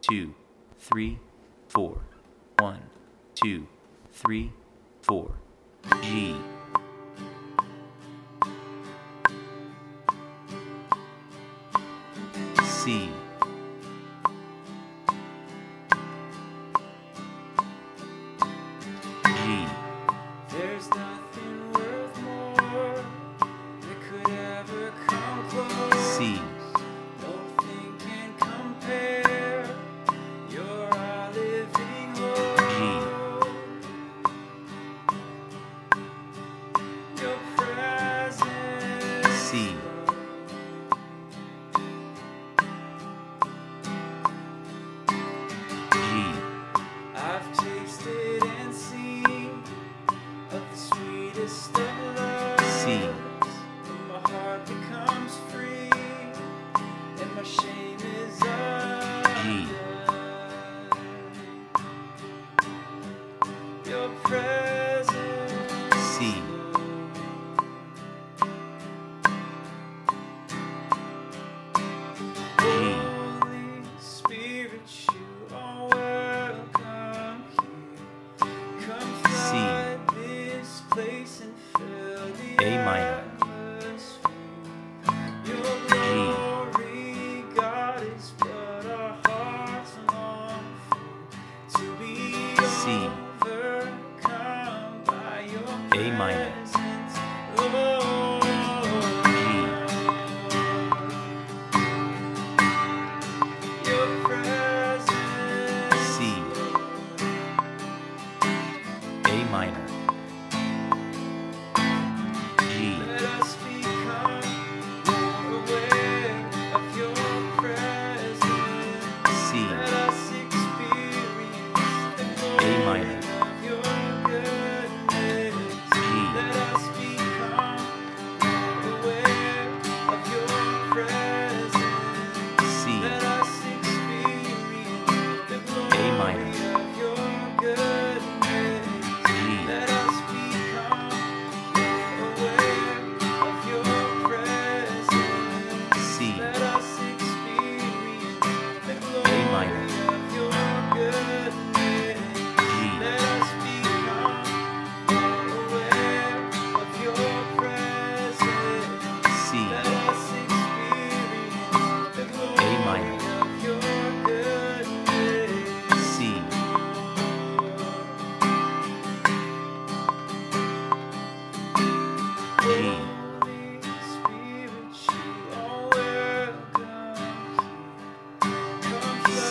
two, three, four. One, two, three, four. G. C. G. There's nothing worth more that could ever come close. C. Nothing can compare. You're our living hope. Your presence. C. G. I've tasted and seen of the sweetest of loves. C. When my heart becomes free and my shame is undone. Your presence. C. Lord. G. Holy Spirit, you are welcome here. Come C. flood this place and fill the A minor. atmosphere. Your G. glory, God, is what our hearts long for. To be C. overcome by your A minor. presence, Lord. G. Your presence. C. A minor. G. Let us become more aware of your presence. C. Let us experience the glory A minor. of your goodness. G. Let us become more aware of your presence. C. Let us experience the glory minor. of your goodness. G. Let us become aware of your presence. C. Let us experience the A glory minor. of your goodness. G. Let us become aware of your presence. C. Let us experience the glory minor. of your goodness. C. G. Holy Spirit, you are welcome. Come C. flood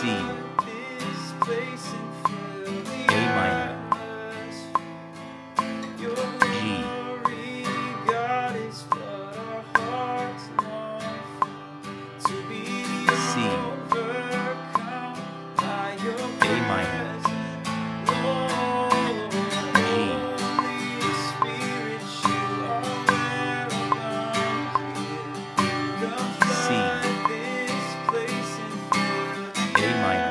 this place and fill the A minor. atmosphere. G. Your glory, God, is what our hearts long for. To be C. overcome by A your minor. presence, Lord. Holy Spirit, you are welcome here. Come C. flood this place and fill the A minor.